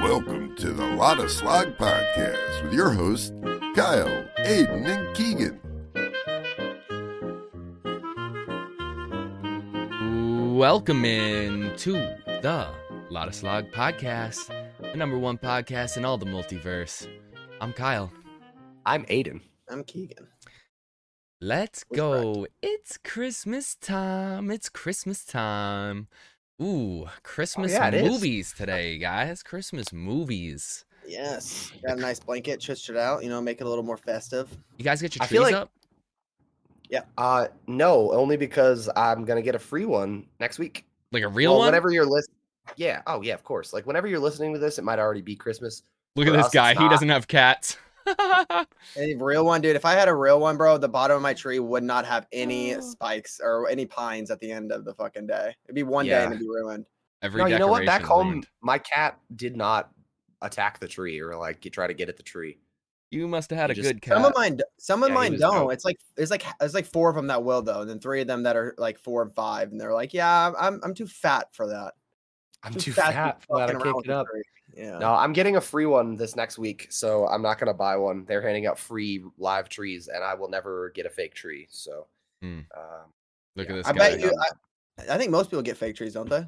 Welcome to the Lot of Slog podcast with your hosts, Kyle, Aiden, and Keegan. Welcome in to the Lot of Slog podcast, the number one podcast in all the multiverse. I'm Kyle. I'm Aiden. I'm Keegan. Let's What's go. It's Christmas time. It's Christmas time. Ooh, Christmas yeah, it is. movies today, guys. Christmas movies. Yes. Got a nice blanket, twisted it out, you know, make it a little more festive. You guys get your I trees feel like- up? Uh no, only because I'm gonna get a free one next week. Like a real well, one? whenever you're listening. Yeah. Oh yeah, of course. Like whenever you're listening to this, it might already be Christmas. Look at for us, this it's guy. He not. doesn't have cats. A real one, dude. If I had a real one, bro, the bottom of my tree would not have any spikes or any pines at the end of the fucking day. It'd be one day and Yeah. it'd be ruined. Every No, you know what? Back decoration home, ruined. my cat did not attack the tree or like get, try to get at the tree. you must have had you a just- good cat. Some of mine, d- some of Yeah, he mine was don't. dope. It's like it's like it's like four of them that will though, and then three of them that are like four and five, and they're like, yeah, I'm I'm too fat for that. I'm too fat to for that. fucking I around can't with get the up. tree. Yeah. No, I'm getting a free one this next week, so I'm not gonna buy one. They're handing out free live trees, and I will never get a fake tree. So, Hmm. um, Look yeah, at this I guy. bet you. I, I think most people get fake trees, don't they?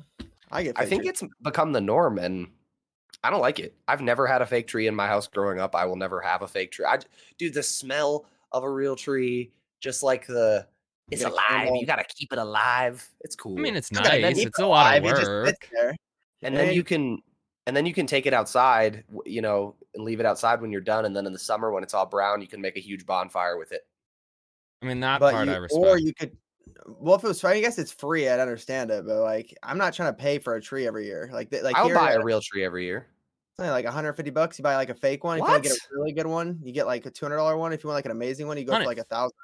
I get. Fake I think trees. it's become the norm, and I don't like it. I've never had a fake tree in my house growing up. I will never have a fake tree. I j- dude, the smell of a real tree, just like the it's Yeah, alive. animal. You gotta keep it alive. It's cool. I mean, it's gotta nice. keep It's a lot of alive, it just sits work. there. and then yeah. you can and then you can take it outside, w- you know, and leave it outside when you're done. And then in the summer, when it's all brown, you can make a huge bonfire with it. I mean, that but part you, I respect. Or you could, well, if it was, free, I guess it's free. I'd understand it, but like, I'm not trying to pay for a tree every year. Like, th- like I'll here, buy uh, a real tree every year. something like 150 bucks. You buy like a fake one. If you want to get What? a really good one, you get like a 200 dollar one. If you want like an amazing one, you go Honey. for like a thousand.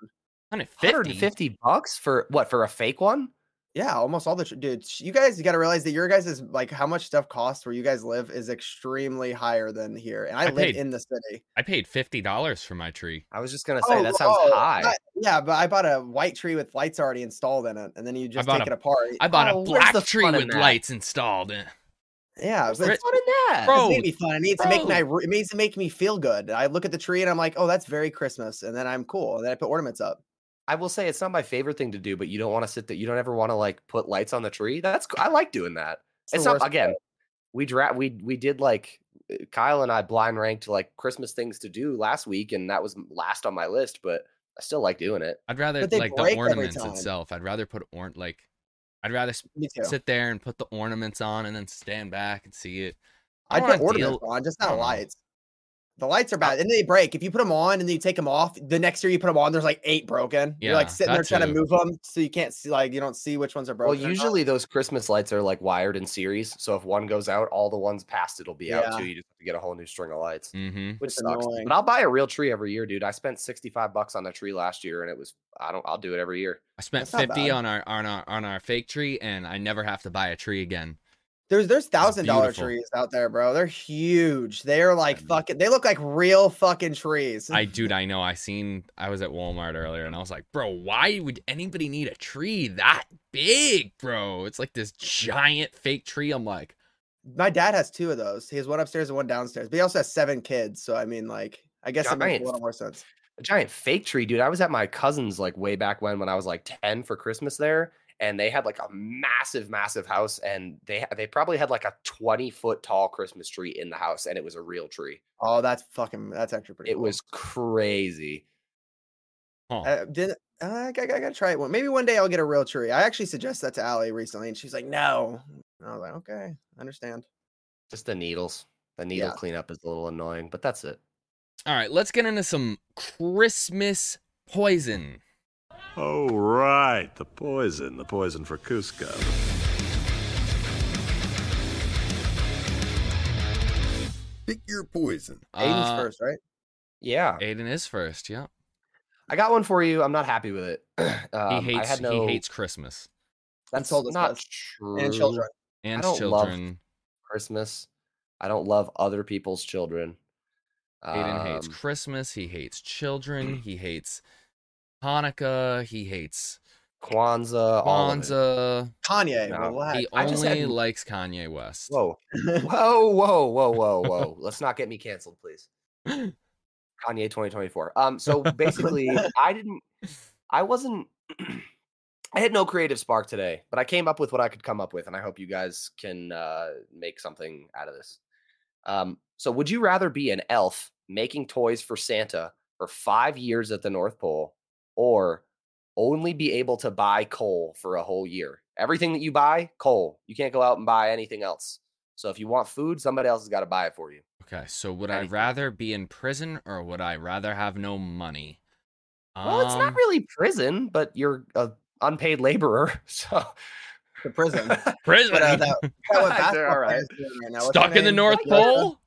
150. 150 bucks for what? For a fake one? Yeah, almost all the tr- dude. sh- You guys got to realize that your guys is like how much stuff costs where you guys live is extremely higher than here. And I I, live paid- in the city. I paid fifty dollars for my tree. I was just gonna say that sounds Oh, whoa, high. not- yeah, but I bought a white tree with lights already installed in it, and then you just bought take a- it apart. I bought Oh, a where's black the tree fun in with that? lights installed. eh. yeah, What's but the Brit- fun in that? Bro, It made me fun. It needs to make bro. my ro- it needs to make me feel good. I look at the tree and I'm like, oh, that's very Christmas, and then I'm cool. And then I put ornaments up. I will say it's not my favorite thing to do, but you don't want to sit there. You don't ever want to like put lights on the tree. That's c- I like doing that. the It's, not worst again. We dra- we we did like uh, Kyle and I blind ranked like Christmas things to do last week, and that was m- last on my list. But I still like doing it. I'd rather But they like the break every ornaments time. itself. I'd rather put orn like I'd rather s- Me too. sit there and put the ornaments on and then stand back and see it. I I don't put wanna ornaments on, just I not don't know. lights. The lights are bad, and they break. If you put them on and then you take them off, the next year you put them on, there's like eight broken. You're like Yeah, sitting that there trying too. to move them, so you can't see like you don't see which ones are Well, broken. or not. usually those Christmas lights are like wired in series, so if one goes out, all the ones past it'll be out Yeah. Mm, too. You just have to get a whole new string of lights, Mm-hmm. which It's sucks. annoying. But I'll buy a real tree every year, dude. I spent sixty five bucks on a tree last year, and it was I don't. I'll do it every year. I spent That's not fifty bad. on our on our on our fake tree, and I never have to buy a tree again. there's there's thousand dollar beautiful. trees out there, bro. They're huge. They're like know. fucking. They look like real fucking trees. I dude, I know. I seen I was at Walmart earlier, and I was like, bro, why would anybody need a tree that big, bro? It's like this giant fake tree. I'm like, My dad has two of those. He has one upstairs and one downstairs. But he also has seven kids. So I mean, like, I guess it makes Giant. a little more sense. a giant fake tree, dude. I was at my cousin's like way back when when I was like 10 for Christmas there, and they had like a massive, massive house, and they ha- they probably had like a 20 foot tall Christmas tree in the house, and it was a real tree. Oh, that's fucking. That's actually pretty. It cool. was crazy. huh. Uh, did, uh, I, g- I gotta try it one. Maybe one day I'll get a real tree. I actually suggested that to Allie recently, and she's like, "No." And I was like, "Okay, I understand." Just the needles. The needle Yeah. cleanup is a little annoying, but that's it. All right, let's get into some Christmas poison. Oh, right. The poison. The poison for Cusco. Pick your poison. Aiden's Uh, first, right? Yeah. Aiden is first. Yeah, I got one for you. I'm not happy with it. um, he hates I had no, he hates Christmas that's told us not this. true. And children. and don't love children. Christmas. I don't love other people's children. Aiden hates Um, Christmas. He hates children. he hates Hanukkah. He hates Kwanzaa, all of it. Kwanzaa. Kanye, No, relax. He I just only had- likes Kanye West. Whoa, whoa, whoa, whoa, whoa, whoa! Let's not get me canceled, please. Kanye 2024. Um, so basically, I didn't, I wasn't, I had no creative spark today, but I came up with what I could come up with, and I hope you guys can uh, make something out of this. Um, so would you rather be an elf making toys for Santa for five years at the North Pole, or only be able to buy coal for a whole year? Everything that you buy, coal. You can't go out and buy anything else. So if you want food, somebody else has got to buy it for you. Okay, so would Anything. I rather be in prison or would I rather have no money? Well, it's not Um, really prison, but you're a unpaid laborer. So The prison. But, prison. uh, that, that what They're basketball all right. players do right now. What's her Stuck in the name? North Jessica? Pole.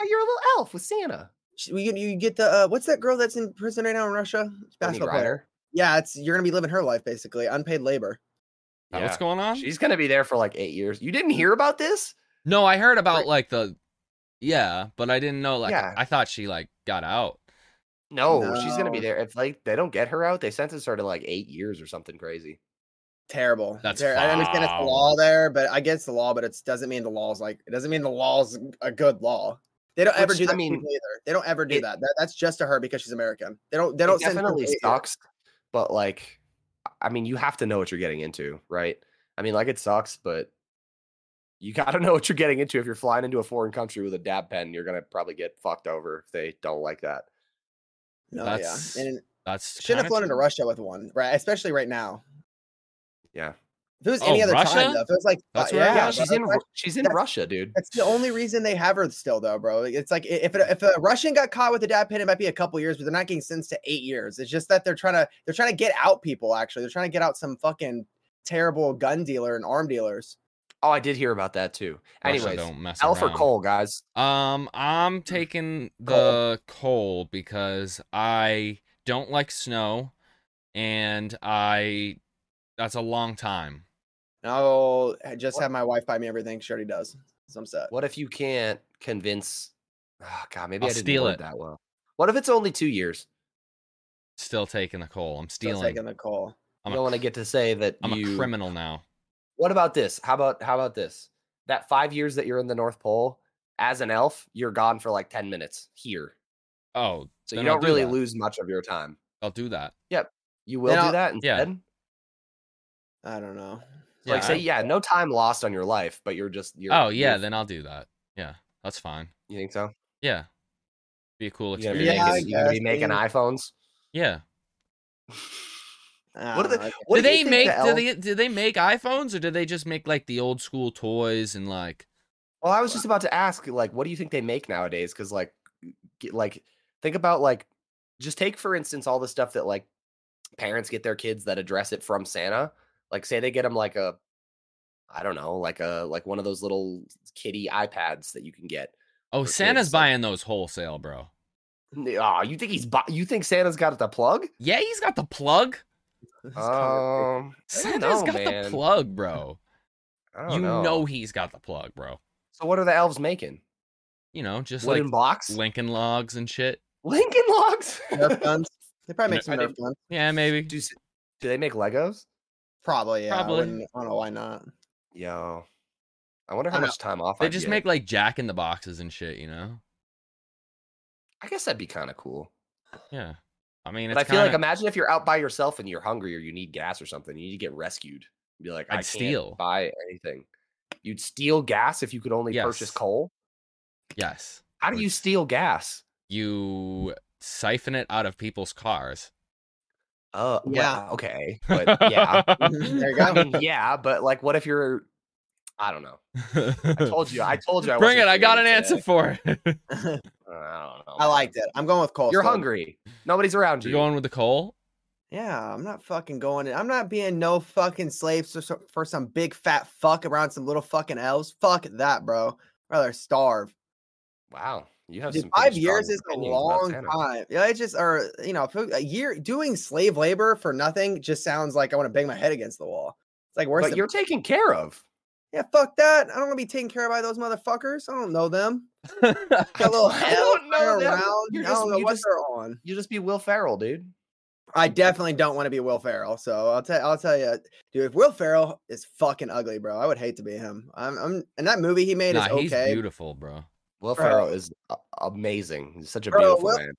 Oh, you're a little elf with Santa. She- We, you get the uh, what's that girl that's in prison right now in Russia? Winnie Basketball player. Ryder. Yeah, it's you're gonna be living her life basically, unpaid labor. Is that What's going on? She's gonna be there for like eight years. You didn't hear about this? No, I heard about Right. like the yeah, but I didn't know like Yeah. I thought she like got out. No, she's gonna be No. there. If like they don't get her out, they sentenced her to like eight years or something crazy. Terrible. That's Ter- I understand it's the foul. law there, but I guess the law, but it doesn't mean the law's like it doesn't mean the law's a good law. They don't ever Which, do I that to mean, people either. They don't ever do it- that. that. That's just to her because she's American. They don't. They It don't. send people definitely here. sucks, but like, I- I mean, you have to know what you're getting into, right? I mean, like it sucks, but you gotta know what you're getting into. If you're flying into a foreign country with a dab pen, you're gonna probably get fucked over if they don't like that. No, That's yeah, and That's shouldn't kinda have flown true. into Russia with one, right? Especially right now. Yeah. If it was Oh, any other Russia? time, though, if it was like, That's uh, where- yeah, Yeah, Yeah, bro, she's in that's Ru- she's in that's- Russia, dude. That's the only reason they have her still, though, bro. It's like i- if it, if a Russian got caught with a dad pin, it might be a couple years, but they're not getting sentenced to eight years. It's just that they're trying to they're trying to get out people. Actually, they're trying to get out some fucking terrible gun dealer and arm dealers. Oh, I did hear about that too. Russia Anyways, don't mess Alf or around. Cole, guys. Um, I'm taking the coal because I don't like snow, and I that's a long time. And I'll ha- just What- have my wife buy me everything. She already does. So I'm set. What if you can't convince? Oh, God, maybe I'll I didn't steal word it. that well. What if it's only two years? Still taking the coal. I'm Still stealing. taking the call. I'm you a don't want to get to say that I'm you. a criminal now. What about this? How about how about this? That five years that you're in the North Pole as an elf, you're gone for like ten minutes here, Oh, so then you I'll don't really that. lose much of your time. I'll do that. You will I'll- do that yeah. instead. I don't know. Yeah, like say, I- yeah, no time lost on your life, but you're just. You're, oh yeah, you're- then I'll do that. Yeah, that's fine. you think so? Yeah, be a cool You're gonna be experience. Yeah, I making, you're gonna be guess, making yeah. iPhones. yeah. I What are don't the- know. what do you they think the make? do elf- they do they make iPhones or do they just make like the old school toys and like? Well, I was just about to ask, like, what do you think they make nowadays? Because, like, g- like think about like, just take for instance all the stuff that like parents get their kids that address it from Santa. Like, say they get them like a, I don't know, like a like one of those little kitty iPads that you can get. Oh, For Santa's kids, like- buying those wholesale, bro. Oh, you think he's bu- you think Santa's got the plug? Yeah, he's got the plug. This conversation- Um, Santa's know, got the man. plug, bro. I don't You know. know. he's got the plug, bro. So what are the elves making? You know, just Wooden like blocks, Lincoln logs and shit. Lincoln logs. Nerf guns. They probably make I some Nerf didn't- guns. Yeah, maybe. do, s- do they make Legos? Probably. Yeah. Probably. I, wouldn't- I don't know why not. Yo, I wonder I how know. much time off They I'd just get. make like Jack in the boxes and shit. You know? I guess that'd be kind of cool. Yeah. I mean, But it's I feel like kinda- imagine if you're out by yourself and you're hungry or you need gas or something, you need to get rescued. Be like, I I'd can't steal. buy anything. You'd steal gas if you could only purchase Yes. coal. yes, How do Would- you steal gas? you siphon it out of people's cars. Uh, well, Yeah. okay, but yeah, There you I go. mean, yeah, but like, what if you're? I don't know. I told you. I told you. I Bring wasn't it. I got an creative answer today. for it. Uh, I don't know. I man. liked it. I'm going with Cole. You're still. hungry. Nobody's around you. You're going with the coal? Yeah, I'm not fucking going. in. I'm not being no fucking slaves for, so- for some big fat fuck around some little fucking elves. Fuck that, bro. Rather starve. Wow, you have Dude, some pretty five years strong is a opinions about long Santa. time. Yeah, it just or you know, if it- a year doing slave labor for nothing just sounds like I want to bang my head against the wall. It's like worse. But Than, you're taken care of. yeah, fuck that. I don't want to be taken care of by those motherfuckers. I don't know them. Got I little elves don't running know them. around. You're I just- don't know you what just- they're on. You just be Will Ferrell, dude. I definitely don't want to be Will Ferrell. So I'll tell I'll tell you, dude. If Will Ferrell is fucking ugly, bro, I would hate to be him. I'm, I'm and that movie he made Nah, is he's okay. beautiful, bro. Will Bro. Ferrell is a- amazing. He's such a Bro, beautiful Will- man.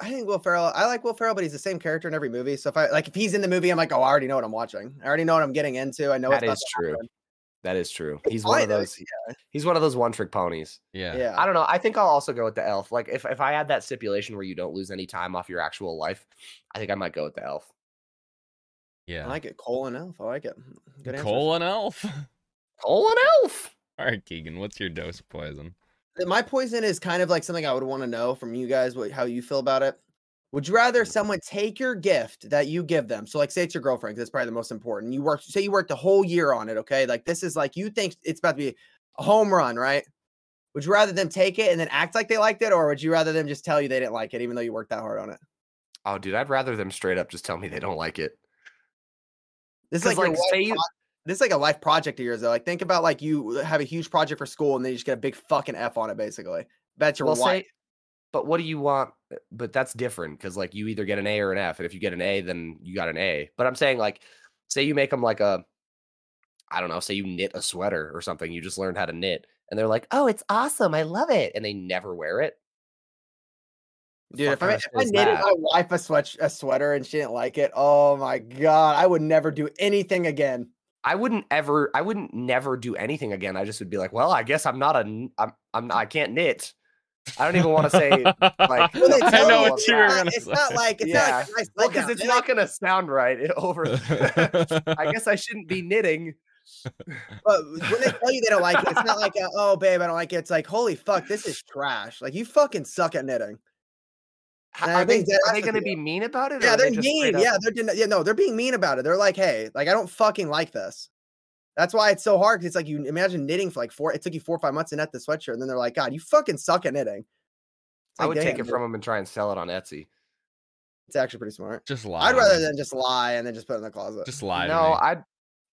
I think Will Ferrell. I like Will Ferrell, but he's the same character in every movie. So if I like, if he's in the movie, I'm like, oh, I already know what I'm watching. I already know what I'm getting into. I know That it's about is to true. happen." That is true. He's one of Kinda, those. He's one of those one trick ponies. Yeah. Yeah, I don't know. I think I'll also go with the elf. Like if, if I had that stipulation where you don't lose any time off your actual life, I think I might go with the elf. I Yeah. like it. Cole and Elf. I like it. Good answer. Cole and Elf. Colon elf. All right, Keegan, what's your dose of poison? my poison is kind of like something I would want to know from you guys what how you feel about it. Would you rather Mm. someone take your gift that you give them? So, like, say it's your girlfriend, 'cause that's probably the most important. You worked, say you worked a whole year on it, okay? Like, this is like you think it's about to be a home run, right? Would you rather them take it and then act like they liked it, or would you rather them just tell you they didn't like it, even though you worked that hard on it? Oh, dude, I'd rather them straight up just tell me they don't like it. This is 'Cause, like, your like, life say you- pro- this is like a life project of yours, though. Like, think about like you have a huge project for school and then you just get a big fucking F on it, basically. Bet your Well, wife. say, but what do you want? uh, But that's different because like you either get an A or an F, and if you get an A, then you got an A. But I'm saying like, say you make them like a, I don't know, say you knit a sweater or something. You just learned how to knit, and they're like, oh, it's awesome, I love it, and they never wear it. Dude, if fuck I, kinda if I shit is knitted that? my wife a, sweat, a sweater and she didn't like it, oh my god, I would never do anything again. I wouldn't ever, I wouldn't never do anything again. I just would be like, well, I guess I'm not a, kn- I'm, I'm, not, I can't knit. I don't even want to say like, Well, they I tell know you what it's you were not- gonna It's not say. like it's not like a nice well, letdown. because it's They're not gonna sound right over. I I guess I shouldn't be knitting. like- but when they tell you they don't like it, it's not like a, oh babe, I don't like it. It's like holy fuck, this is trash. Like you fucking suck at knitting. H- And I Are they, think that has are they to gonna be be mean about it? or Yeah, are they they're just straight mean. up- Yeah, they're den- yeah, no, they're being mean about it. They're like, hey, like I don't fucking like this. That's why it's so hard. 'cause It's like you imagine knitting for like four. It took you four or five months to knit the sweatshirt, and then they're like, God, you fucking suck at knitting. It's I like, would take "Damn, it dude." from them and try and sell it on Etsy. It's actually pretty smart. just lie. I'd to rather me. than just lie and then just put it in the closet. just lie. no, to me. I'd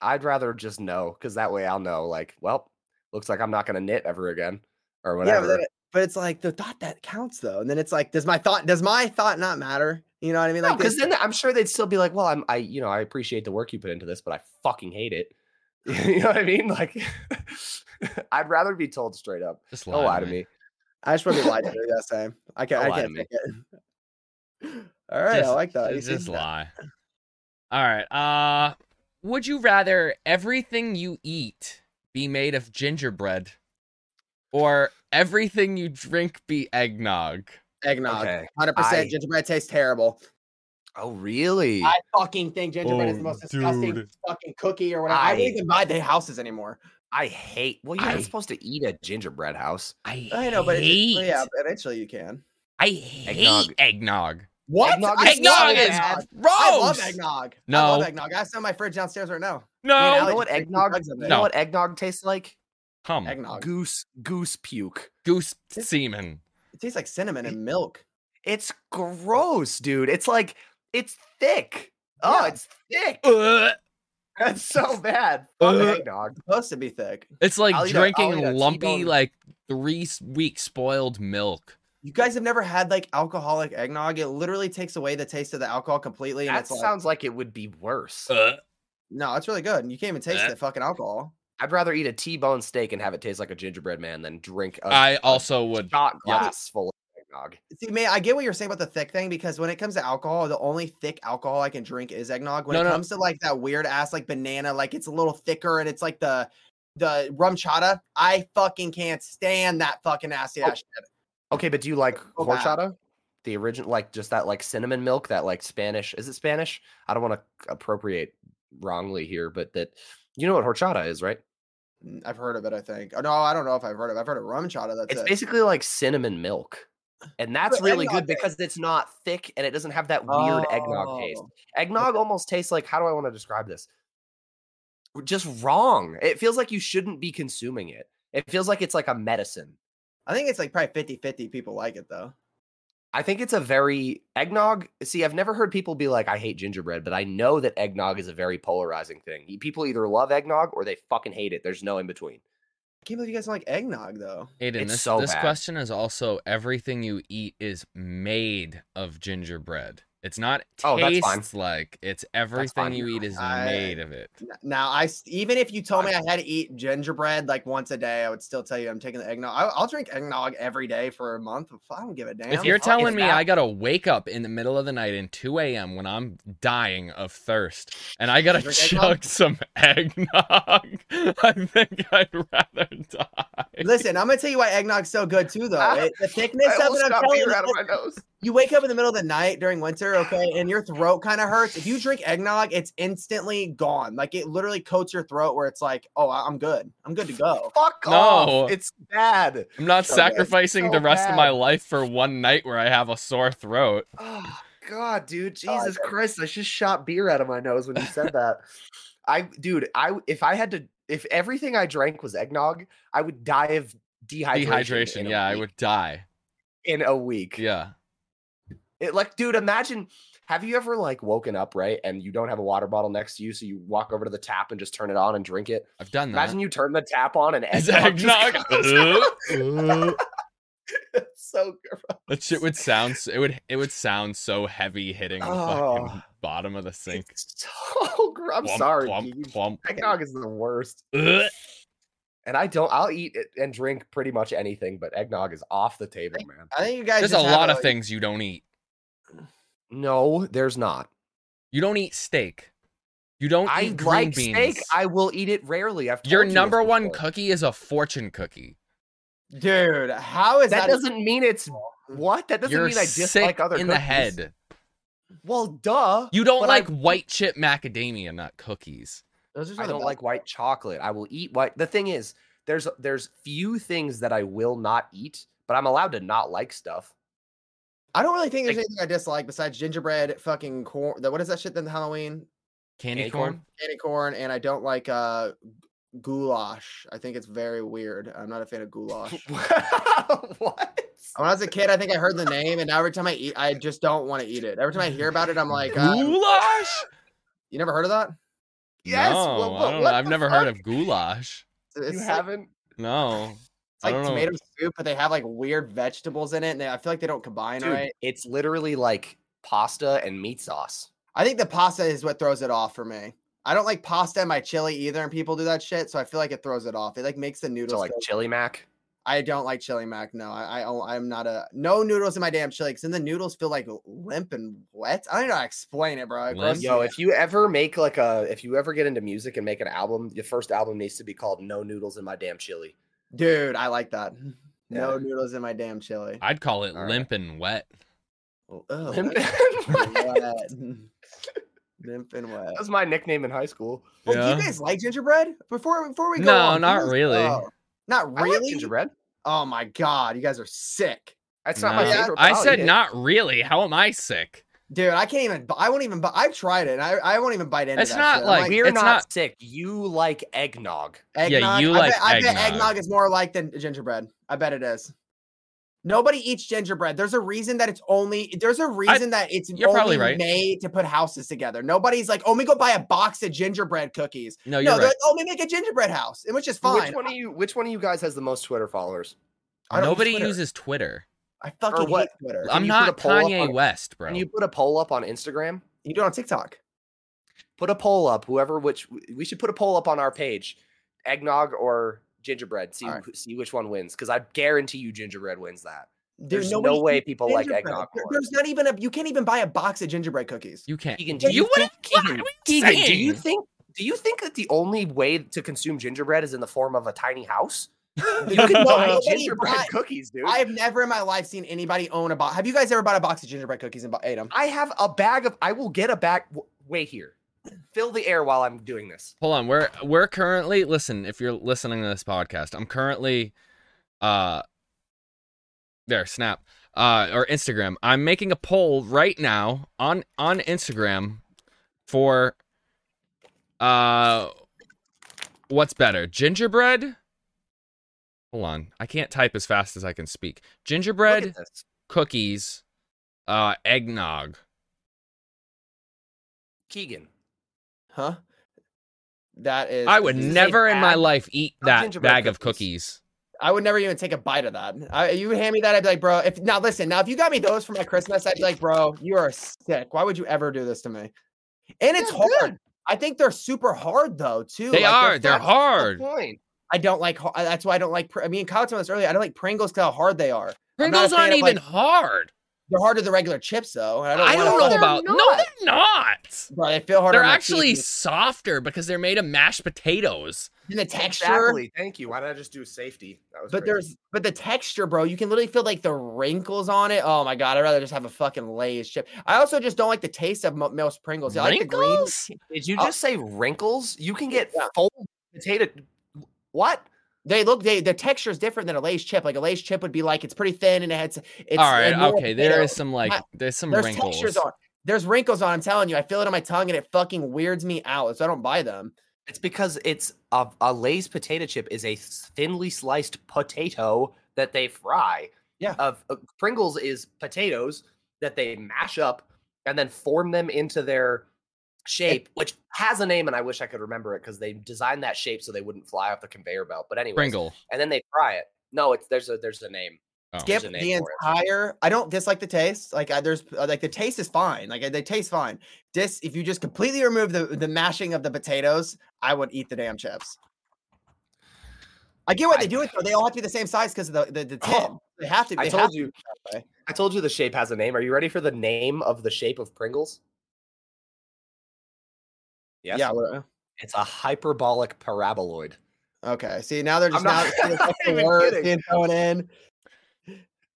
I'd rather just know because that way I'll know. Like, well, looks like I'm not gonna knit ever again or yeah, but, whatever. then it- but it's like the thought that counts though, and then it's like, does my thought does my thought not matter? You know what I mean? Like, because this- then I'm sure they'd still be like, well, I'm I you know I appreciate the work you put into this, but I fucking hate it. you know what I mean? Like, I'd rather be told straight up. Just lie. Don't lie to me. I just want to be lied to do that same. I can't. Don't I lie to can't me. take it. All right, Oh, I Just- like that. ju- You see? Just lie. All right. Uh, would you rather everything you eat be made of gingerbread, or everything you drink be eggnog? Eggnog, Okay. hundred I- percent. Gingerbread tastes terrible. Oh, really? I fucking think gingerbread is the Oh, most disgusting dude. fucking cookie or whatever. I, I- wouldn't even buy the houses anymore. I hate. Well, you're I- not supposed to eat a gingerbread house. I, I know, but hate. it's, yeah, but eventually you can. I hate Eggnog. eggnog. What? Eggnog I is love Eggnog is eggnog. gross. I love eggnog. I love No. eggnog. I have some in my fridge downstairs right now. No, Man, You Alex know what drinks two eggnog? jugs of You it. know No. what eggnog tastes like? come Eggnog. Goose goose puke. goose semen. It tastes like cinnamon and milk. It's gross, dude. It's like it's thick. Oh, Yeah. it's thick. Ugh. That's so bad. Fuck Ugh. eggnog. Supposed to be thick. It's like I'll eat a- I'll drinking eat a lumpy, T-bone. like three s- week spoiled milk. You guys have never had like alcoholic eggnog. It literally takes away the taste of the alcohol completely. And That it's like, sounds like it would be worse. Ugh. no, it's really good. You can't even taste Eh? Uh. the fucking alcohol. I'd rather eat a T-bone steak and have it taste like a gingerbread man than drink Uh, a I also would. shot yeah. glass full of eggnog. See, man, I get what you're saying about the thick thing because when it comes to alcohol, the only thick alcohol I can drink is eggnog. When No, it no. comes to like that weird ass like banana, like it's a little thicker and it's like the the rum chata. I fucking can't stand that fucking nasty Oh, ass shit. Okay, but do you like so bad. horchata? The original, like just that, like cinnamon milk, that like Spanish. Is it Spanish? I don't want to appropriate wrongly here, but that you know what horchata is, right? Mm, I've heard of it, I think. Oh, no, I don't know if I've heard of it. I've heard of rum chata. That's it's it. basically like cinnamon milk. And that's But really eggnog good is- because it's not thick and it doesn't have that weird eggnog taste. Oh. Eggnog almost tastes like how do I want to describe this? Just wrong. It feels like you shouldn't be consuming it. It feels like it's like a medicine. I think it's like probably 50 50 people like it though. I think it's a very eggnog. See, I've never heard people be like, I hate gingerbread, but I know that eggnog is a very polarizing thing. E- People either love eggnog or they fucking hate it. There's no in between. I can't believe you guys don't like eggnog though. Aiden, It's this, so this bad. question is also everything you eat is made of gingerbread. It's not Oh, that's fine. tastes like. It's everything fine. you eat is I- made of it. N- Now, I s- even if you told me I had to eat gingerbread like once a day, I would still tell you I'm taking the eggnog. I, I'll drink eggnog every day for a month. I don't give a damn. If you're Fuck it. telling me that- I gotta wake up in the middle of the night in 2 a.m. when I'm dying of thirst and I gotta Drink chug eggnog? some eggnog, I think I'd rather die. Listen, I'm gonna tell you why eggnog's so good too, though. It, the thickness I of almost it. I'm got telling you, beer out of my nose. you wake up in the middle of the night during winter, okay, and your throat kind of hurts. If you drink eggnog, it's instantly gone. Like it literally coats your throat where it's like, oh, I- I'm good. I'm good to go. Fuck No. off. It's bad. I'm not So bad, sacrificing so the rest of my bad. life for one night where I have a sore throat. Oh God, dude, Oh, I Jesus Christ! I just shot beer out of my nose when you said that. I, dude, I if I had to, if everything I drank was eggnog, I would die of dehydration. in Dehydration. a Yeah, I week- would die. in a week. Yeah. It, like, dude, imagine. Have you ever like woken up right and you don't have a water bottle next to you, so you walk over to the tap and just turn it on and drink it? I've done that. Imagine you turn the tap on and It's eggnog. just eggnog. comes out. It's so gross. that shit would sound s- it would it would sound so heavy hitting the Oh. fucking bottom of the sink. It's so gross. I'm Plump, sorry. plump, dude. plump. Eggnog is the worst. Ugh. And I don't. I'll eat it and drink pretty much anything, but eggnog is off the table, man. I think you guys. There's a just have lot of things you don't eat. No, there's not. You don't eat steak. You don't I eat green like beans. steak. I will eat it rarely. I've Your told you this number one before. cookie is a fortune cookie. dude. How is that? That, doesn't mean it's what. That doesn't You're mean I sick dislike other in cookies. the head. Well, duh. You don't But like I- white chip macadamia nut cookies. those are some I of the don't best. like white chocolate. I will eat white. The thing is, there's there's few things that I will not eat, but I'm allowed to not like stuff. I don't really think there's Like- anything I dislike besides gingerbread, fucking corn. The, what is that shit? Then Halloween Candy Candy corn. corn? candy corn, and I don't like uh g- goulash. I think it's very weird. I'm not a fan of goulash. what? When I was a kid, I think I heard the name, and now every time I eat, I just don't want to eat it. Every time I hear about it, I'm like, uh, Goulash? you never heard of that? Yes. No, well, I what- don't know. what I've the never heard fuck? of goulash. It's You like- haven't. No. It's I like don't know. tomato soup, but they have like weird vegetables in it, and they, I feel like they don't combine Dude, right. it's literally like pasta and meat sauce. I think the pasta is what throws it off for me. I don't like pasta in my chili either, and people do that shit, so I feel like it throws it off. It like makes the So noodles. like go- chili mac. I don't like chili mac. No, I, I don't- I'm not a no noodles in my damn chili. Cause then the noodles feel like limp and wet. I don't know how to explain it, bro. It Limp? grosses Yo, me if you ever make like a, if you ever get into music and make an album, your first album needs to be called "No Noodles in My Damn Chili." out. dude, I like that. No Yeah. noodles in my damn chili. I'd call it All right. limp and wet. Oh, ugh, Limp limp and and wet. wet. Limp and wet. That was my nickname in high school. Well, Yeah. do you guys like gingerbread? Before before we go, No, on, do you not guys- really. oh, not I like really. gingerbread. oh my god, you guys are sick, That's not my No. Yeah, favorite. but I I'll said eat it. not really. How am I sick? dude. I can't even. bu- I won't even. bu- I've tried it. And I I won't even bite into It's that not shit. I'm like- We're It's not, not- sick. You like eggnog. Yeah, Eggnog. you I like bet, I bet eggnog. eggnog is more like than gingerbread. I bet it is. Nobody eats gingerbread. There's a reason that it's only there's a reason that it's you're only probably right. made to put houses together. Nobody's like, oh, let me go buy a box of gingerbread cookies. No, no, you're they're right. like, oh, let me make a gingerbread house, and which is fine. Which one of you? Which one of you guys has the most Twitter followers? I don't use Nobody Twitter. uses Twitter. I fucking hate what? Twitter. Can I'm you put a not poll up Kanye on- West, bro. Can you put a poll up on Instagram? You do it on TikTok. put a poll up. Whoever, which we should put a poll up on our page, eggnog or gingerbread. See, Alright. who see which one wins, because I guarantee you gingerbread wins that. Dude, There's nobody no way eats people like gingerbread. eggnog There- more. There's not even a. You can't even buy a box of gingerbread cookies. You can't. Keegan, do you, you wouldn't. think- what are you Keegan, do you saying? think? Do you think that the only way to consume gingerbread is in the form of a tiny house? You Dude, can buy nobody gingerbread buy- cookies, dude. I have never in my life seen anybody own a box. Have you guys ever bought a box of gingerbread cookies and bu- ate them? I have a bag of. I will get a bag. w- Wait here. Fill the air while I'm doing this. Hold on. We're we're currently listen. If you're listening to this podcast, I'm currently, uh, there. Snap. Uh, or Instagram. I'm making a poll right now on on Instagram for, uh, what's better, gingerbread? Hold on. I can't type as fast as I can speak. Look Gingerbread at this. cookies, uh, eggnog. Keegan. Huh? That is. I would this is a never in my bag life eat of that gingerbread bag of cookies. cookies. I would never even take a bite of that. I, you would hand me that, I'd be like, bro. If now, listen, now if you got me those for my Christmas, I'd be like, bro, you are sick. Why would you ever do this to me? And it's Yeah, hard. I think they're super hard though, too. They Like, are. They're fat- hard. Point. I don't like. har- That's why I don't like. Pr- I mean, Kyle told us earlier. I don't like Pringles. 'cause How hard they are. I'm not a Pringles fan aren't of, like- even hard. They're harder than regular chips, though. and I wanna don't fuck- know they're about. No, not. they're not. Bro, they feel harder. They're on my actually teeth, softer because they're made of mashed potatoes. and the texture. Exactly. Thank you. Why did I just do safety? That was But crazy. there's but the texture, bro. You can literally feel like the wrinkles on it. Oh my god, I'd rather just have a fucking Lay's chip. I also just don't like the taste of mo- most Pringles. Oh, I like the Uh, green. Wrinkles? Did you I'll- just say wrinkles? You can get Yeah. fold potato. What? They look they the texture is different than a Lay's chip. Like a Lay's chip would be like it's pretty thin and it had s- it's All right. a normal Okay. There potato. is some like. I- There's some there's wrinkles. textures on. There's wrinkles on. I'm telling you, I feel it on my tongue and it fucking weirds me out. So I don't buy them. It's because it's a, a Lay's potato chip is a thinly sliced potato that they fry. Yeah. Of uh, Pringles is potatoes that they mash up and then form them into their shape, which has a name, and I wish I could remember it because they designed that shape so they wouldn't fly off the conveyor belt. But anyway, Pringle. and then they fry it. No, it's there's a there's a name. Oh. There's skip a name the for it. entire. I don't dislike the taste. Like I, there's uh, like the taste is fine. Like they taste fine. This if you just completely remove the the mashing of the potatoes, I would eat the damn chips. I get why I- they do it though. They all have to be the same size because of the the, the tin. They have to. They I have told to you. that way. I told you the shape has a name. Are you ready for the name of the shape of Pringles? Yes. Yeah. what- It's a hyperbolic paraboloid. Okay. See now they're just I'm not- now they're I'm not fucking even words kidding. being thrown in.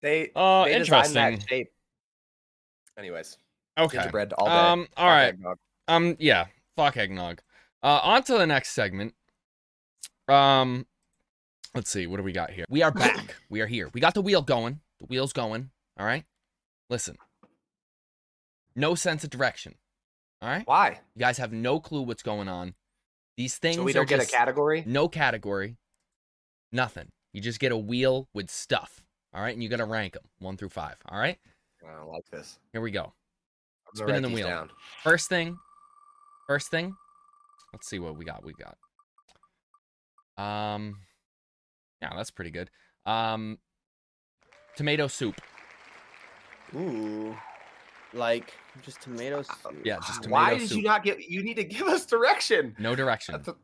They Oh, they designed interesting. that shape. Anyways, Okay. gingerbread all day. Um. All Fuck right. eggnog. Um. Yeah. Fuck eggnog. Uh. On to the next segment. Um. Let's see. What do we got here? We are back. we are here. We got the wheel going. The wheel's going. All right. Listen. No sense of direction. All right. Why? You guys have no clue what's going on. These things So we are don't get just a category. no category, nothing. You just get a wheel with stuff. All right, and you got to rank them one through five. All right, I don't like this. here we go. I'm Spin gonna write the these wheel. down. First thing, first thing. Let's see what we got. We got. Um, yeah, that's pretty good. Um, tomato soup. Ooh. Like just tomatoes. Yeah, just tomato Why did soup. you not give? You need to give us direction. No direction. Uh, th-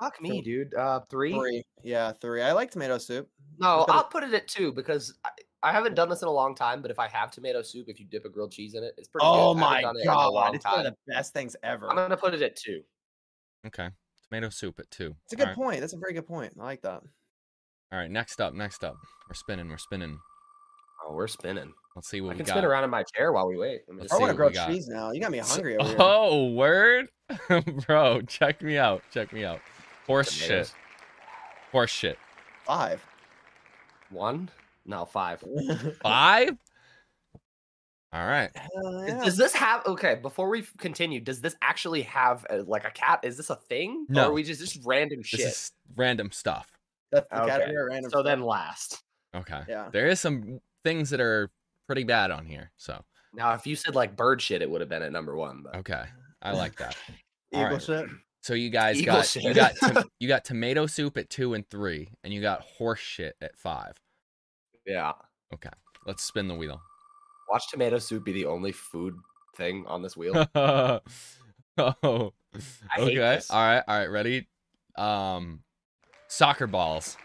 Fuck me, dude. Uh, three. Three. Yeah, three. I like tomato soup. No, Look at I'll put it at two because I, I haven't done this in a long time. But if I have tomato soup, if you dip a grilled cheese in it, it's pretty. Oh good. I my haven't done it in a god, long it's one of time. the best things ever. I'm gonna put it at two. Okay, tomato soup at two. It's a All good right. point. That's a very good point. I like that. All right, next up, next up. We're spinning. We're spinning. Oh, we're spinning. Let's see what I we can got. spin around in my chair while we wait. Let me Let's I see want to what grow we got. cheese now. You got me So- hungry over here. Oh, word, bro! Check me out. Check me out. Horse shit. Tomatoes. Horse shit. Five. One? No, five. Five. All right. Hell Is- yeah. Does this have okay? Before we f- continue, does this actually have a, like a cat? Is this a thing? No. Or are we just just random shit? This is random stuff. That's the okay. category of random. so stuff. then last. Okay. yeah. There is some things that are pretty bad on here. So Now, if you said like bird shit, it would have been at number one. But okay, I like that. all Eagle right. shit. So you guys Eagle got you shit. got to, you got tomato soup at two and three, and you got horse shit at five. yeah, Let's spin the wheel. watch tomato soup be the only food thing on this wheel. oh. okay. hate this. All right. All right. Ready? Um, soccer balls.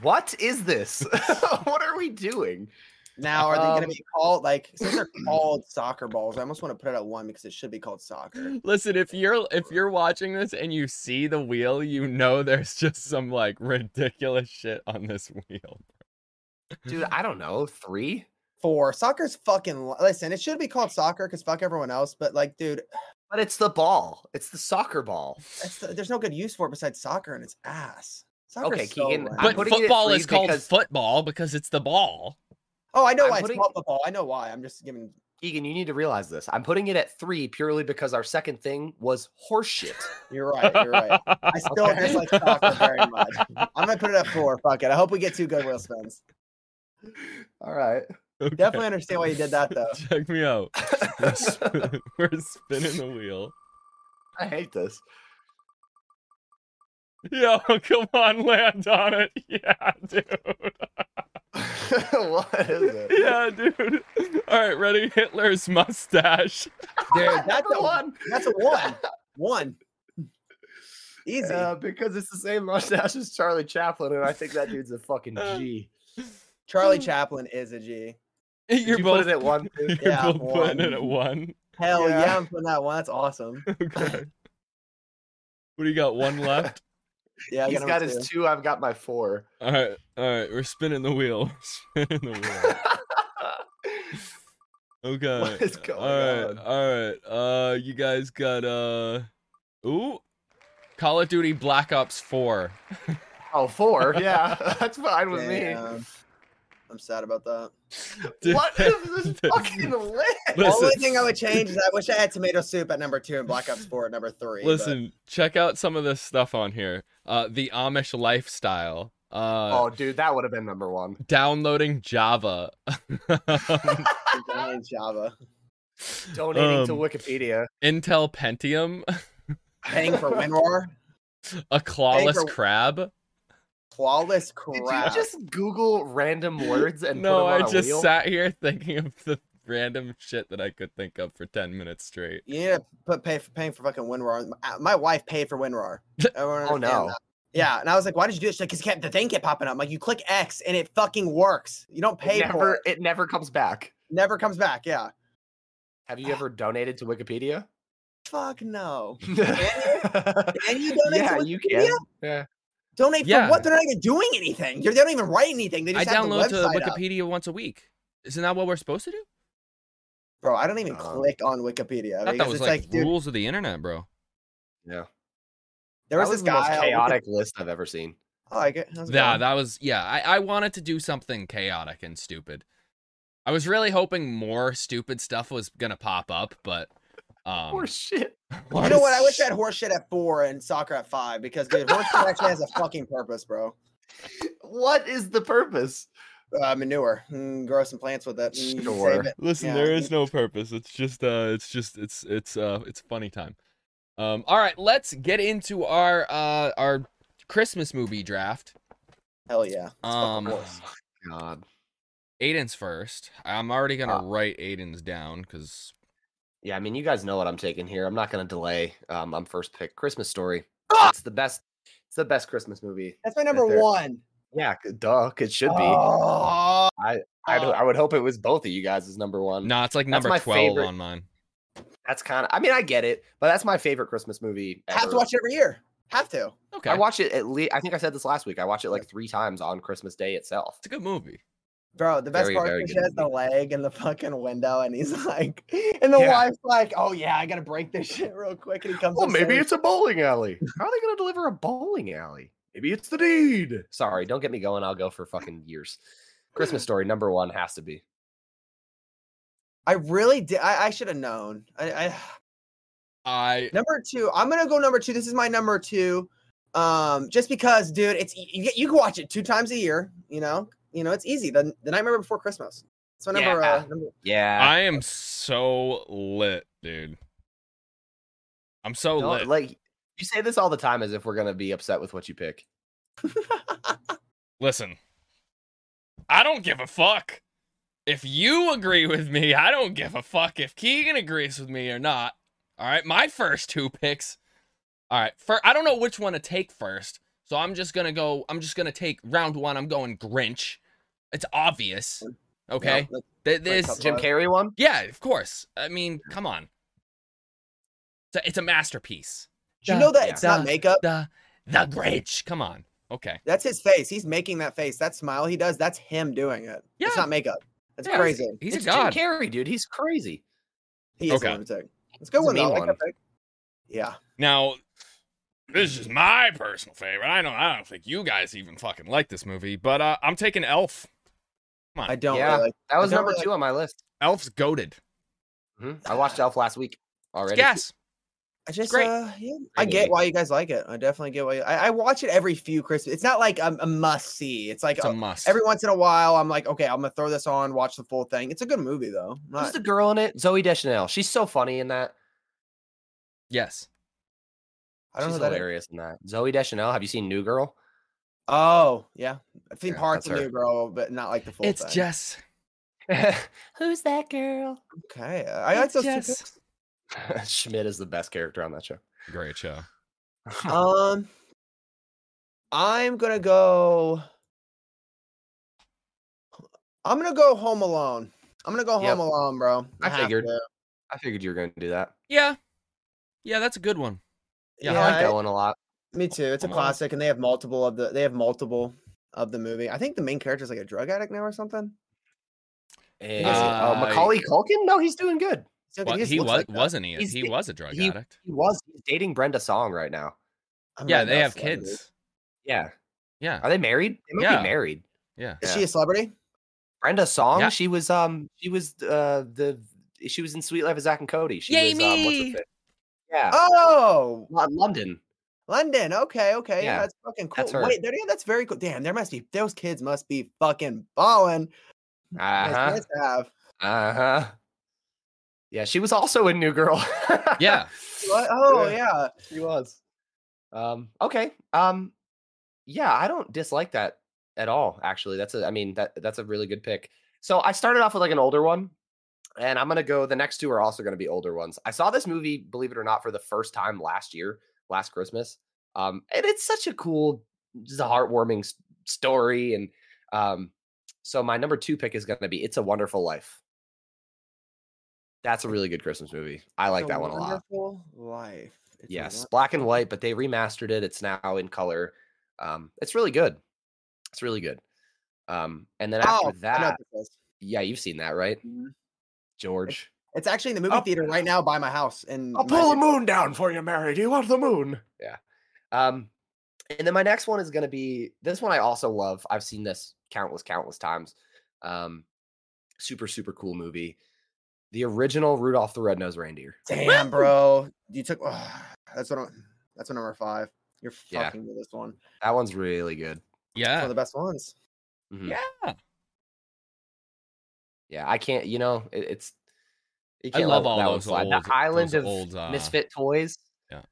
what is this? what are we doing? Now are they Um, gonna be called like since they're called soccer balls? I almost want to put it at one because it should be called soccer. Listen, if you're if you're watching this and you see the wheel, you know there's just some like ridiculous shit on this wheel. Dude, I don't know. Three? Four. Soccer's fucking li- listen, it should be called soccer because fuck everyone else. But like, dude, But it's the ball. It's the soccer ball. it's, there's no good use for it besides soccer and its ass. Soccer's Okay, so Keegan, lame. I'm But putting it at football is three called because- football because it's the ball. oh, I know I'm why it's putting- called football. I know why. I'm just giving Egan, you need to realize this. I'm putting it at three purely because our second thing was horseshit. you're right. You're right. I still Okay. dislike soccer very much. I'm gonna put it up four. Fuck it. I hope we get two good wheel spins. All right. Okay, Definitely understand why you did that though. Check me out. We're, spin- we're spinning the wheel. I hate this. Yo, come on, land on it. Yeah, dude. what is it? Yeah, dude. All right, ready? Hitler's mustache. Dude, that's the a one. That's a one. One. Easy. Uh, because it's the same mustache as Charlie Chaplin, and I think that dude's a fucking Uh, G. Charlie hmm. Chaplin is a G. Did You're you both, put it at one. too? you're Yeah, both putting it at one. Hell yeah. Yeah. I'm putting that one. That's awesome. Okay. what do you got? One left? Yeah, I He's number got two. his two. I've got my four. All right. All right. We're spinning the wheel. Spinning the wheel. Okay. is going All on? right. All right. Uh, you guys got uh, ooh, Call of Duty Black Ops Four. oh, four. Yeah, that's fine with Damn. I'm sad about that. me. Dude, What is this this- fucking list? The Listen, only thing I would change is I wish I had tomato soup at number two and Black Ops 4 at number three. but- listen. Check out some of this stuff on here. Uh, the Amish lifestyle. Uh, Oh, dude, that would have been number one. downloading Java. I need Java. Donating to Um, Wikipedia. Intel Pentium. Paying for WinRAR. A clawless Anchor- crab. Clawless Did crap. you just Google random words and no, put 'em I on a just wheel? sat here thinking of the random shit that I could think of for ten minutes straight. You need to put pay for paying for fucking WinRAR. M- uh, My wife paid for WinRAR. I don't understand Oh, no. that. Yeah, and uh, I was like, "Why did you do this?" She's like, "Cause it kept- the thing kept popping up." I'm like, you click X and it fucking works. You don't It pay for never, it. it never comes back. Never comes back. Yeah. Have you ever donated to Wikipedia? Fuck no. yeah, And you donate. to you Wikipedia? can. Yeah. Donate Yeah. for what? They're not even doing anything. They're, they don't even write anything. They I just have download the to website up. Wikipedia once a week. Isn't that what we're supposed to do? Bro, I don't even Oh. click on Wikipedia I thought that because was it's like, like, dude, rules of the internet, bro. Yeah. there was, that was this the most guy. on Wiki- chaotic list I've ever seen. I like it. How's it Yeah, going? that was yeah. I, I wanted to do something chaotic and stupid. I was really hoping more stupid stuff was gonna pop up, but um, Poor shit. you know what? I wish I had horseshit at four and soccer at five because dude, horseshit actually has a fucking purpose, bro. What is the purpose? Uh, manure, mm, grow some plants with it. Mm, save Sure. it. Listen, Yeah, there you- is no purpose. It's just uh it's just it's it's uh it's funny time. Um all right, let's get into our uh our Christmas movie draft. Hell yeah. Let's fucking Um, horse. Oh God. Aiden's first. I'm already gonna Ah. write Aiden's down because Yeah, I mean, you guys know what I'm taking here. I'm not going to delay. Um, I'm first pick Christmas Story. Ah! It's the best. It's the best Christmas movie. That's my number there. one. Yeah, c- duh. It should be. Oh, I'd, I would hope it was both of you guys as number one. no, it's like Um, That's number my twelve favorite. on mine. That's kind of. I mean, I get it, but that's my favorite Christmas movie. have ever. to watch it every year. Have to. Okay, I watch it at least. I think I said this last week. I watch it like three times on Christmas Day itself. it's a good movie. Bro, the best Very, part very is she good has the leg and the fucking window, and he's like, and the Yeah. wife's like, "Oh yeah, I gotta break this shit real quick." And he comes. Well, maybe upstairs. it's a bowling alley. How are they going to deliver a bowling alley? Maybe it's the deed. Sorry, don't get me going. I'll go for fucking years. Christmas Story number one has to be. I really did. I, I should have known. I, I I number two. I'm gonna go number two. This is my number two. Um, just because, dude, it's y- you. get- You can watch it two times a year. You know. You know, it's easy. The the nightmare before Christmas. So number, Yeah. uh, number Yeah, I am so lit, dude. I'm so Don't- Oh, lit. like you say this all the time as if we're going to be upset with what you pick. Listen, I don't give a fuck. If you agree with me, I don't give a fuck if Keegan agrees with me or not. All right, my first two picks. All right, for I don't know which one to take first, so I'm just gonna go. I'm just gonna take round one. I'm going Grinch. It's obvious. Okay, No, Th- like this. couple- Jim Love- Carrey one. Yeah, of course. I mean, come on. It's a, it's a masterpiece. do you know that Yeah. it's not Duh. makeup? The the Grinch. Come on. Okay. That's his face. He's making that face. That smile he does. That's him doing it. Yeah. It's not makeup. That's Yeah, crazy. He's it's a god. Jim Carrey, dude. He's crazy. He is Okay. a lunatic. It's a good It's a one though. I mean like that one. pick. Yeah. Now, this is my personal favorite. I don't. I don't think you guys even fucking like this movie, but uh, I'm taking Elf. I don't Yeah. really like That was don't number really- two on my list. Elf's goaded. Mhm. I watched Elf last week already. Yes. I just great. uh yeah, I Great get movie. why you guys like it. I definitely get why you, I, I watch it every few Christmas. It's not like a, a must see. It's like It's uh, a must. every once in a while I'm like, okay, I'm gonna throw this on, watch the full thing. It's a good movie though. I'm Who's not- the girl in it? Zoe Deschanel. She's so funny in that. yes. I don't She's know that. hilarious in that. Zoe Deschanel. Have you seen New Girl? Oh yeah, I've seen Yeah, parts of that's her. New Girl, but not like the full. It's thing. Jess. Who's that girl? okay. I like It's those two Jess. picks. Schmidt is the best character on that show. Great show. Um, I'm gonna go. I'm gonna go Home Alone. I'm gonna go Home Yep. Alone, bro. I have figured. to. I figured you were going to do that. Yeah. Yeah, that's a good one. Yeah, Yeah, I I like I- that one a lot. me too. It's a Home Alone. classic, and they have multiple of the. They have multiple of the movie. I think the main character is like a drug addict now or something. Eh, Uh, oh, Macaulay Culkin? No, he's doing good. So Well, just he was looks like that. wasn't he? He's He the- was a drug he- addict. He was he's dating Brenda Song right now. I'm Yeah, not they a have celebrity. kids. Yeah. Yeah. Are they married? They might Yeah. be married. Yeah. Is Yeah. she a celebrity? Brenda Song, Yeah. she was um she was uh the she was in Sweet Life of Zach and Cody. She was um what's her Jamie! fa- Yeah. Oh, Lo- London. London. Okay, okay. Yeah, Yeah, that's fucking cool. that's her. Wait, there, yeah, that's very cool. Damn, there must be those kids must be fucking balling. Uh-huh. have. Uh-huh. Yeah, she was also in New Girl. Yeah. What? Oh Yeah. yeah. She was. Um, okay. Um, yeah, I don't dislike that at all. Actually, that's a. I mean that that's a really good pick. So I started off with like an older one, and I'm gonna go. The next two are also gonna be older ones. I saw this movie, believe it or not, for the first time last year, last Christmas. Um, and it's such a cool, just a heartwarming s- story. And um, so my number two pick is gonna be "It's a Wonderful Life." That's a really good Christmas movie. I like It's that one a lot. Wonderful life. It's a Yes, won- black and white, but they remastered it. It's now in color. Um, it's really good. It's really good. Um, and then after Oh, I know that, what this is. yeah, you've seen that, right, Mhm. George? It's actually in the movie I'll- theater right now by my house. And moon down for you, Mary. Do you want the moon? Yeah. Um, and then my next one is gonna be this one. I also love. I've seen this countless, countless times. Um, super, super cool movie. The original Rudolph the Red-Nosed Reindeer. Damn, bro. You took. ah, that's what. I'm, that's what number five. You're Yeah. fucking with this one. That one's really good. It's one Yeah. of the best ones. Mhm. Yeah. Yeah, I can't. You know, it, it's. You I can't love let all that one those slide. old- the island those of old, uh, misfit toys. yeah.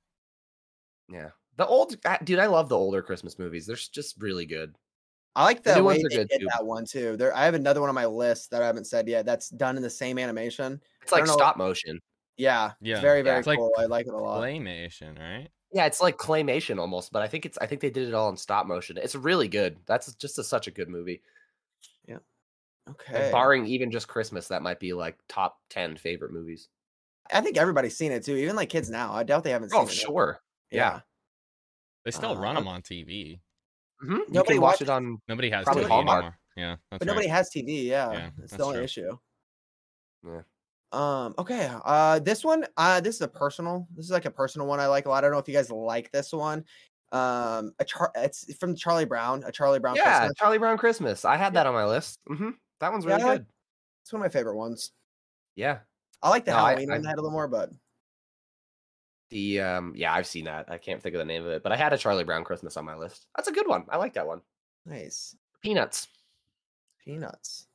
yeah. The old I- dude, I love the older Christmas movies. They're s- just really good. I like The the new way ones are they good, did too. that one too. There, I have another one on my list that I haven't said yet. That's done in the same animation. It's I like don't know- stop motion. Yeah, Yeah. it's very yeah. very It's like cool. I like it a lot. Claymation, right? Yeah, it's like claymation almost, but I think it's I think they did it all in stop motion. It's really good. That's just a, such a good movie. And Okay, barring even just Christmas, that might be like top ten favorite movies. I think everybody's seen it too. Even like kids now. I doubt they haven't. Oh seen it yet. sure, yeah. They still Uh, run them on TV. Mhm. you Nobody can watch watches- it on. Nobody has probably TV Hallmark. anymore. Yeah. That's but nobody right. has TV. Yeah, Yeah, it's that's the only true. issue. Yeah. Um. Okay. Uh. This one. Uh. This is a personal. This is like a personal one. I like a lot. I don't know if you guys like this one. Um. A char- It's from Charlie Brown. A Charlie Brown. Yeah, Christmas. Charlie Brown Christmas. I had that on my list. hmm That one's Yeah, really I like- good. It's one of my favorite ones. Yeah. I like the No, I- Halloween I- one. I had a little more, but The um yeah, I've seen that. I can't think of the name of it, but I had a Charlie Brown Christmas on my list. That's a good one. I like that one. nice Peanuts. peanuts.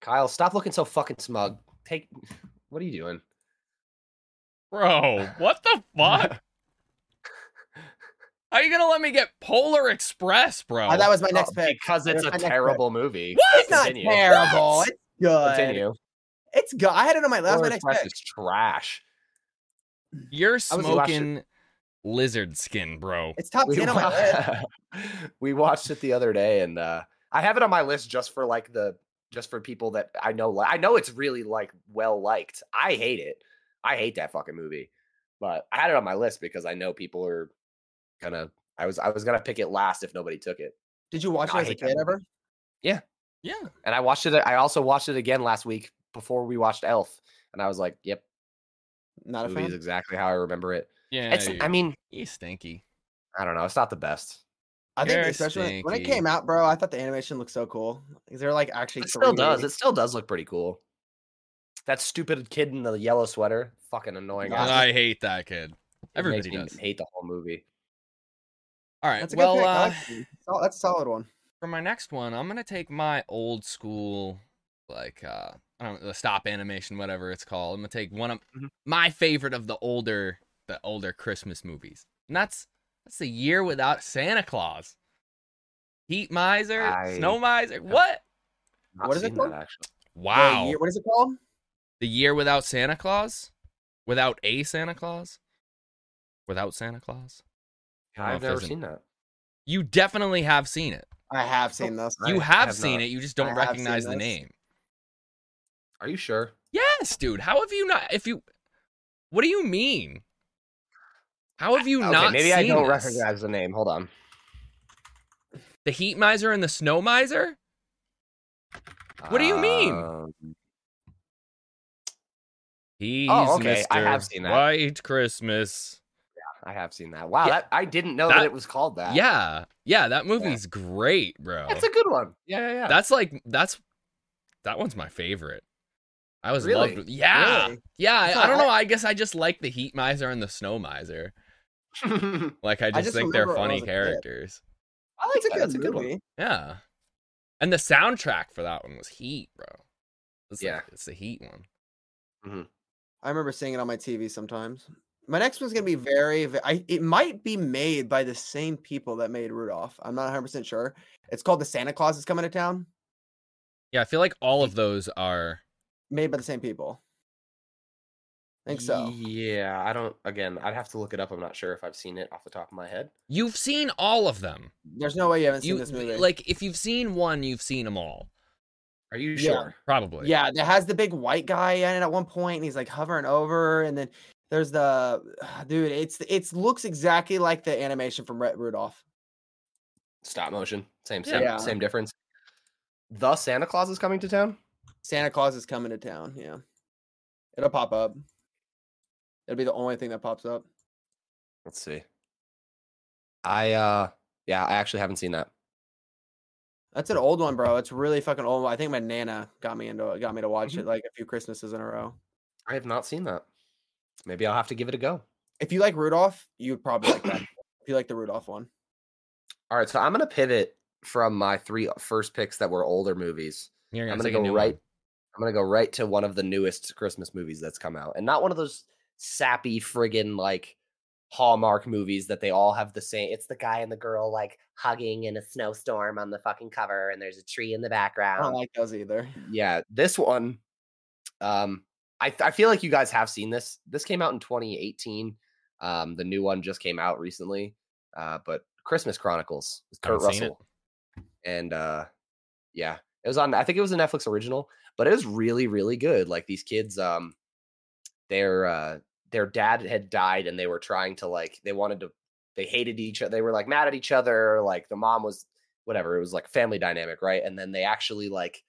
Kyle, stop looking so fucking smug. Take what are you doing? Bro, what the fuck? How are you gonna let me get Polar Express, bro? Uh, that was my Oh, next pick. because it's There's a my next pick. terrible movie. It's not Continue. terrible. It's good. Continue. It's good. I had it on my last. Polar My next Express pick. is trash. You're I was watching- smoking lizard skin, bro. It's top We, ten on my list. wa- we watched it the other day, and uh I have it on my list just for like the just for people that I know. Li- I know it's really like well liked. I hate it. I hate that fucking movie, but I had it on my list because I know people are gonna. I was I was gonna pick it last if nobody took it, Did you watch No, it I as a hate that kid movie. ever? Yeah. and I watched it. I also watched it again last week before we watched Elf, and I was like, "Yep, Not a movie is fan. exactly how I remember it." Yeah. It's. you, I mean, you stinky. I don't know. It's not the best. I think You're especially when it- when it stinky. came out, bro, I thought the animation looked so cool. Is there like actually It still does. 3D? It still does look pretty cool. That stupid kid in the yellow sweater, fucking annoying. Yeah. ass. I hate that kid. It makes Everybody me does. hate the whole movie. All right. That's a well, good pick. I uh, like that one. Sol- that's a solid one. for my next one, I'm gonna take my old school, like uh, I don't know, the stop animation, Mm-hmm. whatever it's called. I'm gonna take one of Mhm. my favorite of the older, the older Christmas movies, And that's that's a year without Santa Claus. Heat miser, I- snow miser. What? Not What is it seen called? That, actually. The Wow. year- what is it called? The year without Santa Claus? Without a Santa Claus? Without Santa Claus? I don't know if I've never there's an- seen that. You definitely have seen it. I Oh, have seen this. I you have, have seen not. it. You just don't I have seen recognize the this. name. Are you sure? Yes, dude. How have you not? If you, what do you mean? How have you Okay, not? maybe I seen don't this? recognize the name. Hold on. the heat miser and the snow Oh, miser. What do you mean? Um, He's okay, I have seen that. White Christmas. I have seen that. Wow, Yeah. that, I didn't know that, That- it was called that. Yeah, yeah. That movie's great, bro. that's a good one. Yeah, yeah, yeah. That's like that's that one's my favorite. I was Really? loved. Yeah, Really? yeah. That's I, I not don't bad. know. I guess I just like the heat miser and the snow miser. Like I just, just think they're remember when funny I was a kid. characters. I like It's a that. good That's a good movie. one. Yeah. And the soundtrack for that one was Heat, bro. It's Yeah. Like, it's the Heat one. I remember seeing it on my TV sometimes. My next one's gonna be very. ve- I it might be made by the same people that made Rudolph. I'm not 100 percent sure. It's called The Santa Claus is Coming to Town. Yeah, I feel like all of those are. Made by the same people. I think so. Yeah, I don't. Again, I'd have to look it up. I'm not sure if I've seen it off the top of my head. You've seen all of them. There's no way you haven't seen You this movie. like if you've seen one, you've seen them all. Are you Yeah. sure? Probably. yeah, that has the big white guy in it at one point, and he's like hovering over, and then there's the dude. It's it's looks exactly like the animation from Red Rudolph. Stop motion. Same, same, Yeah. same difference. The Santa Claus is coming to town. Santa Claus is coming to town. Yeah, it'll pop up. It'll be the only thing that pops up. Let's see. I uh, yeah, I actually haven't seen that. That's an old one, bro. It's really fucking old. I think my nana got me into it, got me to watch Mm-hmm. Mhm. it like a few Christmases in a row. I have not seen that. Maybe I'll have to give it a go. If you like Rudolph, you would probably like that. if you like the Rudolph one, All right, so I'm gonna pivot from my three uh, first picks that were older movies. You're gonna, I'm gonna take a go new right. one. I'm gonna go right to one of the newest Christmas movies that's come out, and not one of those sappy friggin' like Hallmark movies that they all have the same. It's the guy and the girl like hugging in a snowstorm on the fucking cover, and there's a tree in the I don't background. like those either. yeah, this one. Um, I th- I feel like you guys have seen this. This came out in 2018. Um, the new one just came out recently. Uh, but Christmas Chronicles with Kurt Haven't seen it. Russell, and uh, yeah, it was on. I think it was a Netflix original, but it was really really good. Like these kids, um, their uh, their dad had died, and they were trying to like they wanted to. They hated each other. They were like mad at each other. Like the mom was whatever. It was like family dynamic, right? And then they actually like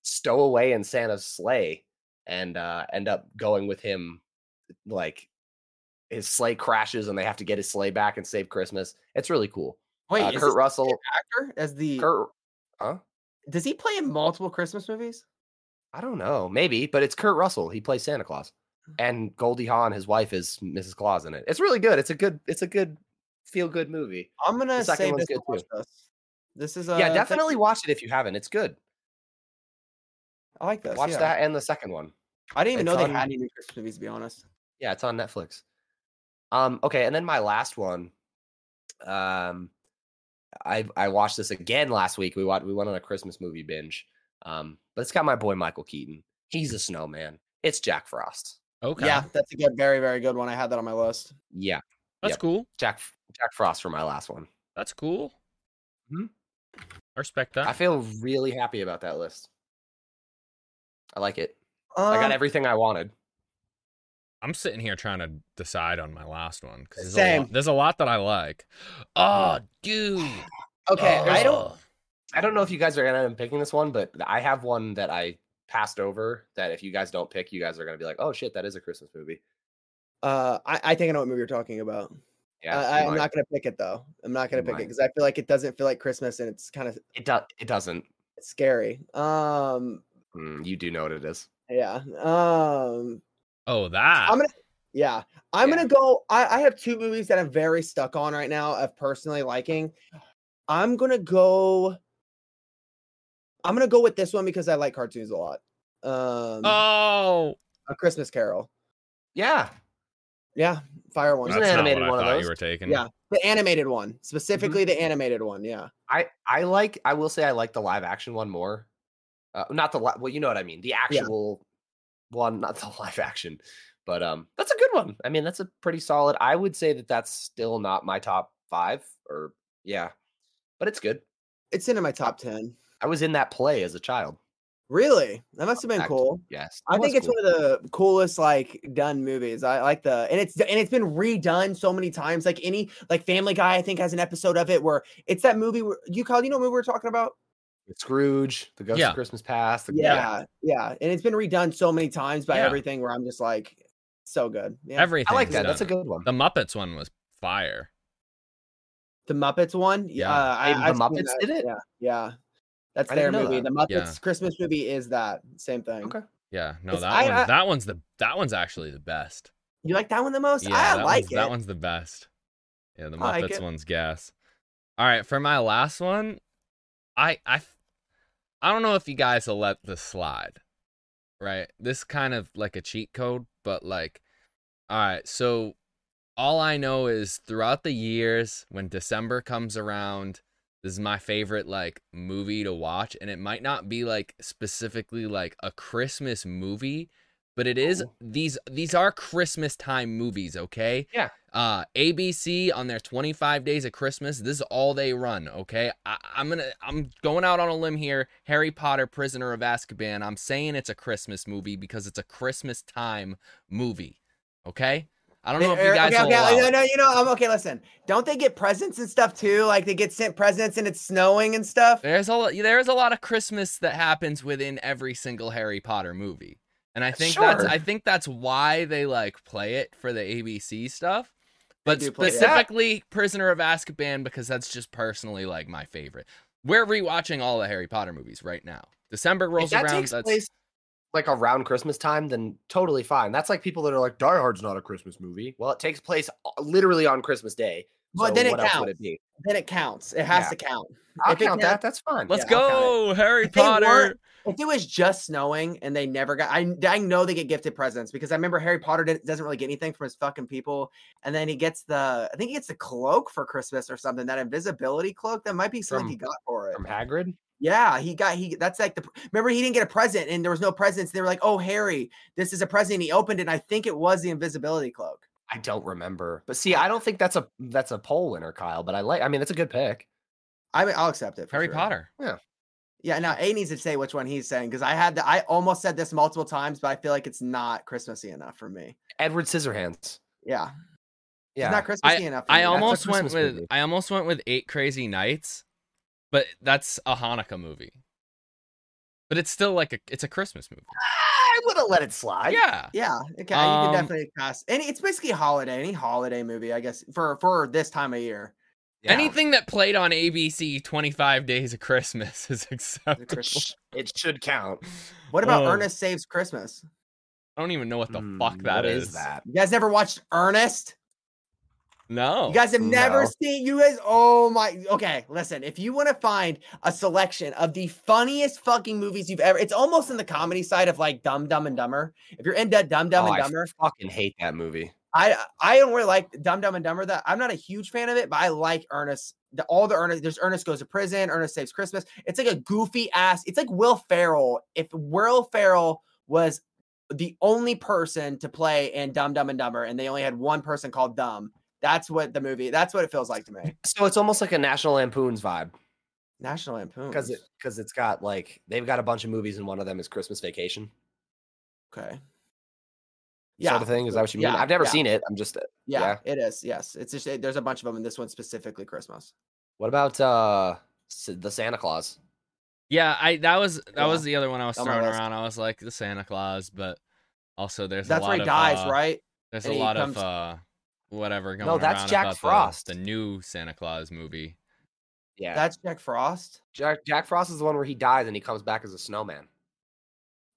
stow away in Santa's sleigh and uh, end up going with him. Like his sleigh crashes and they have to get his sleigh back and save Christmas. It's really cool. Wait, Uh, is Kurt this Russell. actor as the Kurt. Huh? does he play in multiple Christmas movies? I don't know. Maybe, but it's Kurt Russell. He plays Santa Claus, and Goldie Hawn, his wife, is Mrs. Claus in it. It's really good. It's a good. It's a good feel good movie. I'm gonna second say one's this. good to watch too. this. This is uh, a yeah, definitely watch it if you haven't. It's good. I like this. Watch yeah. that and the second one. I didn't even know It's they on- had any new Christmas movies. To be honest, Yeah, it's on Netflix. Um, okay, and then my last one. Um, I I watched this again last week. We watched we went on a Christmas movie binge. Um, but it's got my boy Michael Keaton. He's a snowman. It's Jack Frost. Okay. yeah, that's a good, very, very good one. I had that on my list. Yeah, That's yep. cool. Jack F- Jack Frost for my last one. That's cool. Mm-hmm. Mhm. I respect that. I feel really happy about that list. I like it. Um, I got everything I wanted. I'm sitting here trying to decide on my last one because there's, a Same. Hmm. lot- there's a lot that I like. Oh, dude. Oh. Okay, Oh, I don't. Ugh. I don't know if you guys are gonna end up picking this one, but I have one that I passed over. That if you guys don't pick, you guys are gonna be like, "Oh shit, that is a Christmas movie." Uh, I, I think I know what movie you're talking about. oh. Yeah, Uh, I, you I'm might. not gonna pick it though. I'm not gonna You pick it might. because I feel like it doesn't feel like Christmas and it's kind of It does. It doesn't. scary. Um, Mm, you do know what it is. yeah. Um, Oh, that. I'm gonna. Yeah, I'm Yeah. gonna go. I, I have two movies that I'm very stuck on right now of personally liking. I'm gonna go. I'm gonna go with this one because I like cartoons a lot. Um, Oh, A Christmas Carol. Yeah, Yeah, fire one. There's That's an not animated what I one of thought those. you were taking. Yeah, the animated Mm-hmm. one, specifically the animated one. Yeah, I I like I will say I like the live action one more. Uh, not the li- well, you know what I mean. The actual one, not the live action. But um, that's a good one. I mean, that's a pretty solid. I would say that that's still not my top five, or yeah, but it's good. it's into Uh my top ten. I was in that play as a child. Really, that must have been Act- cool. Yes, I think it's one of the coolest like done movies. I like the and it's and it's been redone so many times. Like any like Family Guy, I think has an episode of it where it's that movie. Where, you call you know what movie we're talking about? the Scrooge, the Ghost Yeah. of Christmas Past. The, Yeah, yeah, and it's been redone so many times by Yeah. everything. Where I'm just like, so good. Yeah, Everything. I like that. That's a good one. The Muppets one was fire. the Muppets one. Yeah. Yeah, uh, I, Hey, The I've seen Muppets that. did it? Yeah, yeah, that's I their didn't know movie. that. The Muppets Yeah. Christmas movie is that same thing. Okay. Yeah, no, It's- that I- one. I- that one's the that one's actually the best. You like that one the most? Yeah, I that like one's, it. That one's the best. Yeah, the Muppets I like it. one's gas. All right, for my last one, I I f- I don't know if you guys will let this slide. Right, this kind of like a cheat code, but like, all right. So all I know is throughout the years, when December comes around, this is my favorite like movie to watch, and it might not be like specifically like a Christmas movie, but it is Cool. these these are Christmas time movies, okay? Yeah. Uh ABC on their 25 days of Christmas, this is all they run, okay? I, I'm gonna I'm going out on a limb here. Harry Potter, Prisoner of Azkaban. I'm saying it's a Christmas movie because it's a Christmas time movie. Okay? I don't know if you Eric, guys okay, will okay, allow no, it. no, you know, I'm okay. Listen, don't they get presents and stuff too? Like they get sent presents and it's snowing and stuff. There's a lo- there's a lot of Christmas that happens within every single Harry Potter movie, and I think that's Sure. I think that's why they like play it for the ABC stuff, but do play it. specifically Prisoner of Azkaban because that's just personally like my favorite. We're rewatching all the Harry Potter movies right now. December If rolls that around. takes That's place like around Christmas time, then totally fine. That's like people that are like Die Hard's not a Christmas movie. Well, it takes place o- literally on Christmas Day. But so then it what else would counts. it be? Then it counts. It has Yeah. to count. I'll If it count counts- that. That's fine. let's Yeah, I'll count go Harry If they weren't- Potter. If it was just snowing and they never got, I, I know they get gifted presents because I remember Harry Potter did, doesn't really get anything from his fucking people, and then he gets the, I think he gets the cloak for Christmas or something, that invisibility cloak. That might be something From- he got for it. From Hagrid. Yeah, he got he. That's like the. Remember, he didn't get a present, and there was no presents. They were like, "Oh, Harry, this is a present." And he opened it. And I think it was the invisibility cloak. I don't remember. But see, I don't think that's a that's a poll winner, Kyle. But I like. I mean, that's a good pick. I mean, I'll accept it. for Harry sure. Potter. Yeah. Now, A needs to say which one he's saying because I had the. I almost said this multiple times, but I feel like it's not Christmassy enough for me. Edward Scissorhands. Yeah, Yeah. it's not Christmassy enough. For I me. That's- almost went Christmas with movie. I almost went with Eight Crazy Nights, but that's a Hanukkah movie. But it's still like a it's a Christmas movie. Ah, I would have let it slide. yeah. Yeah, okay, you Um, can definitely pass. Any, it's basically holiday, any holiday movie, I guess, for for this time of year. Yeah. Anything that played on ABC 25 Days of Christmas is acceptable. It, sh- it should count. What about Oh, Ernest Saves Christmas? I don't even know what the Hmm, fuck that what is. that? You guys never watched Ernest? No. You guys have never No. seen you guys. Oh my. Okay, listen. If you want to find a selection of the funniest fucking movies you've ever, it's almost in the comedy side of like Dumb Dumb and Dumber. If you're into Dumb Dumb Oh, and I Dumber, fucking hate that movie. I I don't really like Dumb Dumb and Dumber. That I'm not a huge fan of it, but I like Ernest. The, all the Ernest. There's Ernest goes to prison. Ernest saves Christmas. It's like a goofy ass. It's like Will Ferrell. If Will Ferrell was the only person to play in Dumb Dumb and Dumber, and they only had one person called Dumb. That's what the movie. That's what it feels like to me. So it's almost like a National Lampoon's vibe. National Lampoon. because it because it's got like they've got a bunch of movies and one of them is Christmas Vacation okay. yeah. Yeah, sort of thing. Is that what you mean? Yeah, I've never yeah. seen it. I'm just. uh, yeah, it is. Yes, it's just there's a bunch of them, and this one specifically Christmas. What about uh S- the Santa Claus? yeah, I that was that Yeah. was the other one I was On my throwing list. around. I was like the Santa Claus, but also there's That's a lot where he of, dies, uh, right? There's And a he lot comes- of uh whatever going No, that's around Jack about the- Frost. The, new Santa Claus movie. Yeah, That's Jack Frost. Jack Jack Frost is the one where he dies and he comes back as a snowman.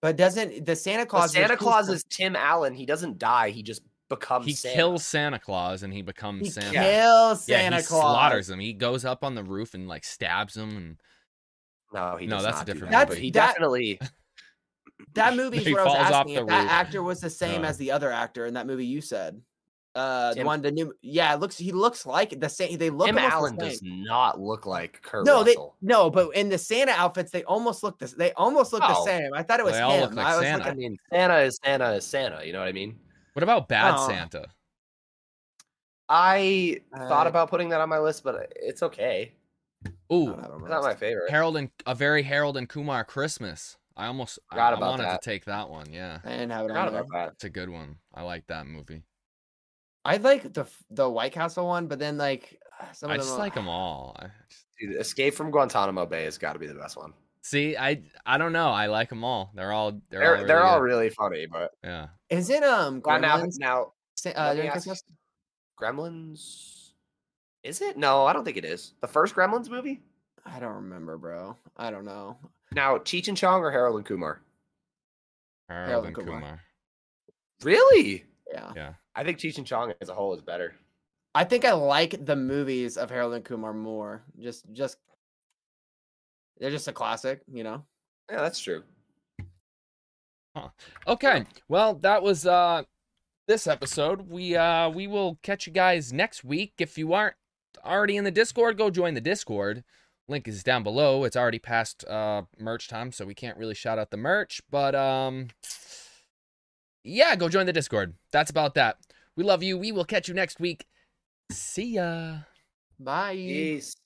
But doesn't the Santa But Claus? there's Santa two Claus Santa- is Tim Allen. He doesn't die. He just becomes. he Santa. kills Santa Claus and he becomes he Santa. kills yeah, Santa he Claus. slaughters him. He goes up on the roof and like stabs him and No, he No, does that's a not do different that, movie. But he That's- that- definitely. That movie is He what I was falls off asking. the If that roof. Uh. actor was the same Yeah. as the other actor in that movie you said. Uh, the Tim- one the new yeah, it looks he looks like the same. They look Tim almost the Allen same. does not look like Kurt no, Russell. they no, but in the Santa outfits, they almost look this. They almost look the Oh. same. I thought it was They him. all look like I was Santa. I looking- mean, Santa is Santa is Santa. You know what I mean? What about Bad Oh. Santa? I thought Uh, about putting that on my list, but it's okay. I Ooh, don't have a It's not my roast. favorite. Harold and a very Harold and Kumar Christmas. I almost I- Forgot I, about wanted that. to take that one. Yeah, I didn't have it Forgot on there. about that. it's a good one. I like that movie. I like the f- the White Castle one, but then like some I of them just are- like them all. I just, Dude, Escape from Guantanamo Bay has got to be the best one. see, I I don't know. I like them all. They're all they're, They're, all really they're all good. really funny, but yeah. Is it um Well, now, Gremlins? now Sa- let Uh, me during ask- Christmas? Gremlins. Is it? No, I don't think it is. The first Gremlins movie? I don't remember, bro. I don't know. Now, Cheech and Chong or Harold and Kumar? Harold, Harold and and Kumar. Kumar. Really? Yeah. Yeah, I think Cheech and Chong as a whole is better. I think I like the movies of Harold and Kumar more. Just just they're just a classic, you know. Yeah, that's true. Okay. Well, that was uh this episode. We uh we will catch you guys next week. If you aren't already in the Discord, go join the Discord. Link is down below. It's already past uh merch time, so we can't really shout out the merch, but um yeah, go join the Discord. That's about that. We love you. We will catch you next week. See ya. Bye. Peace.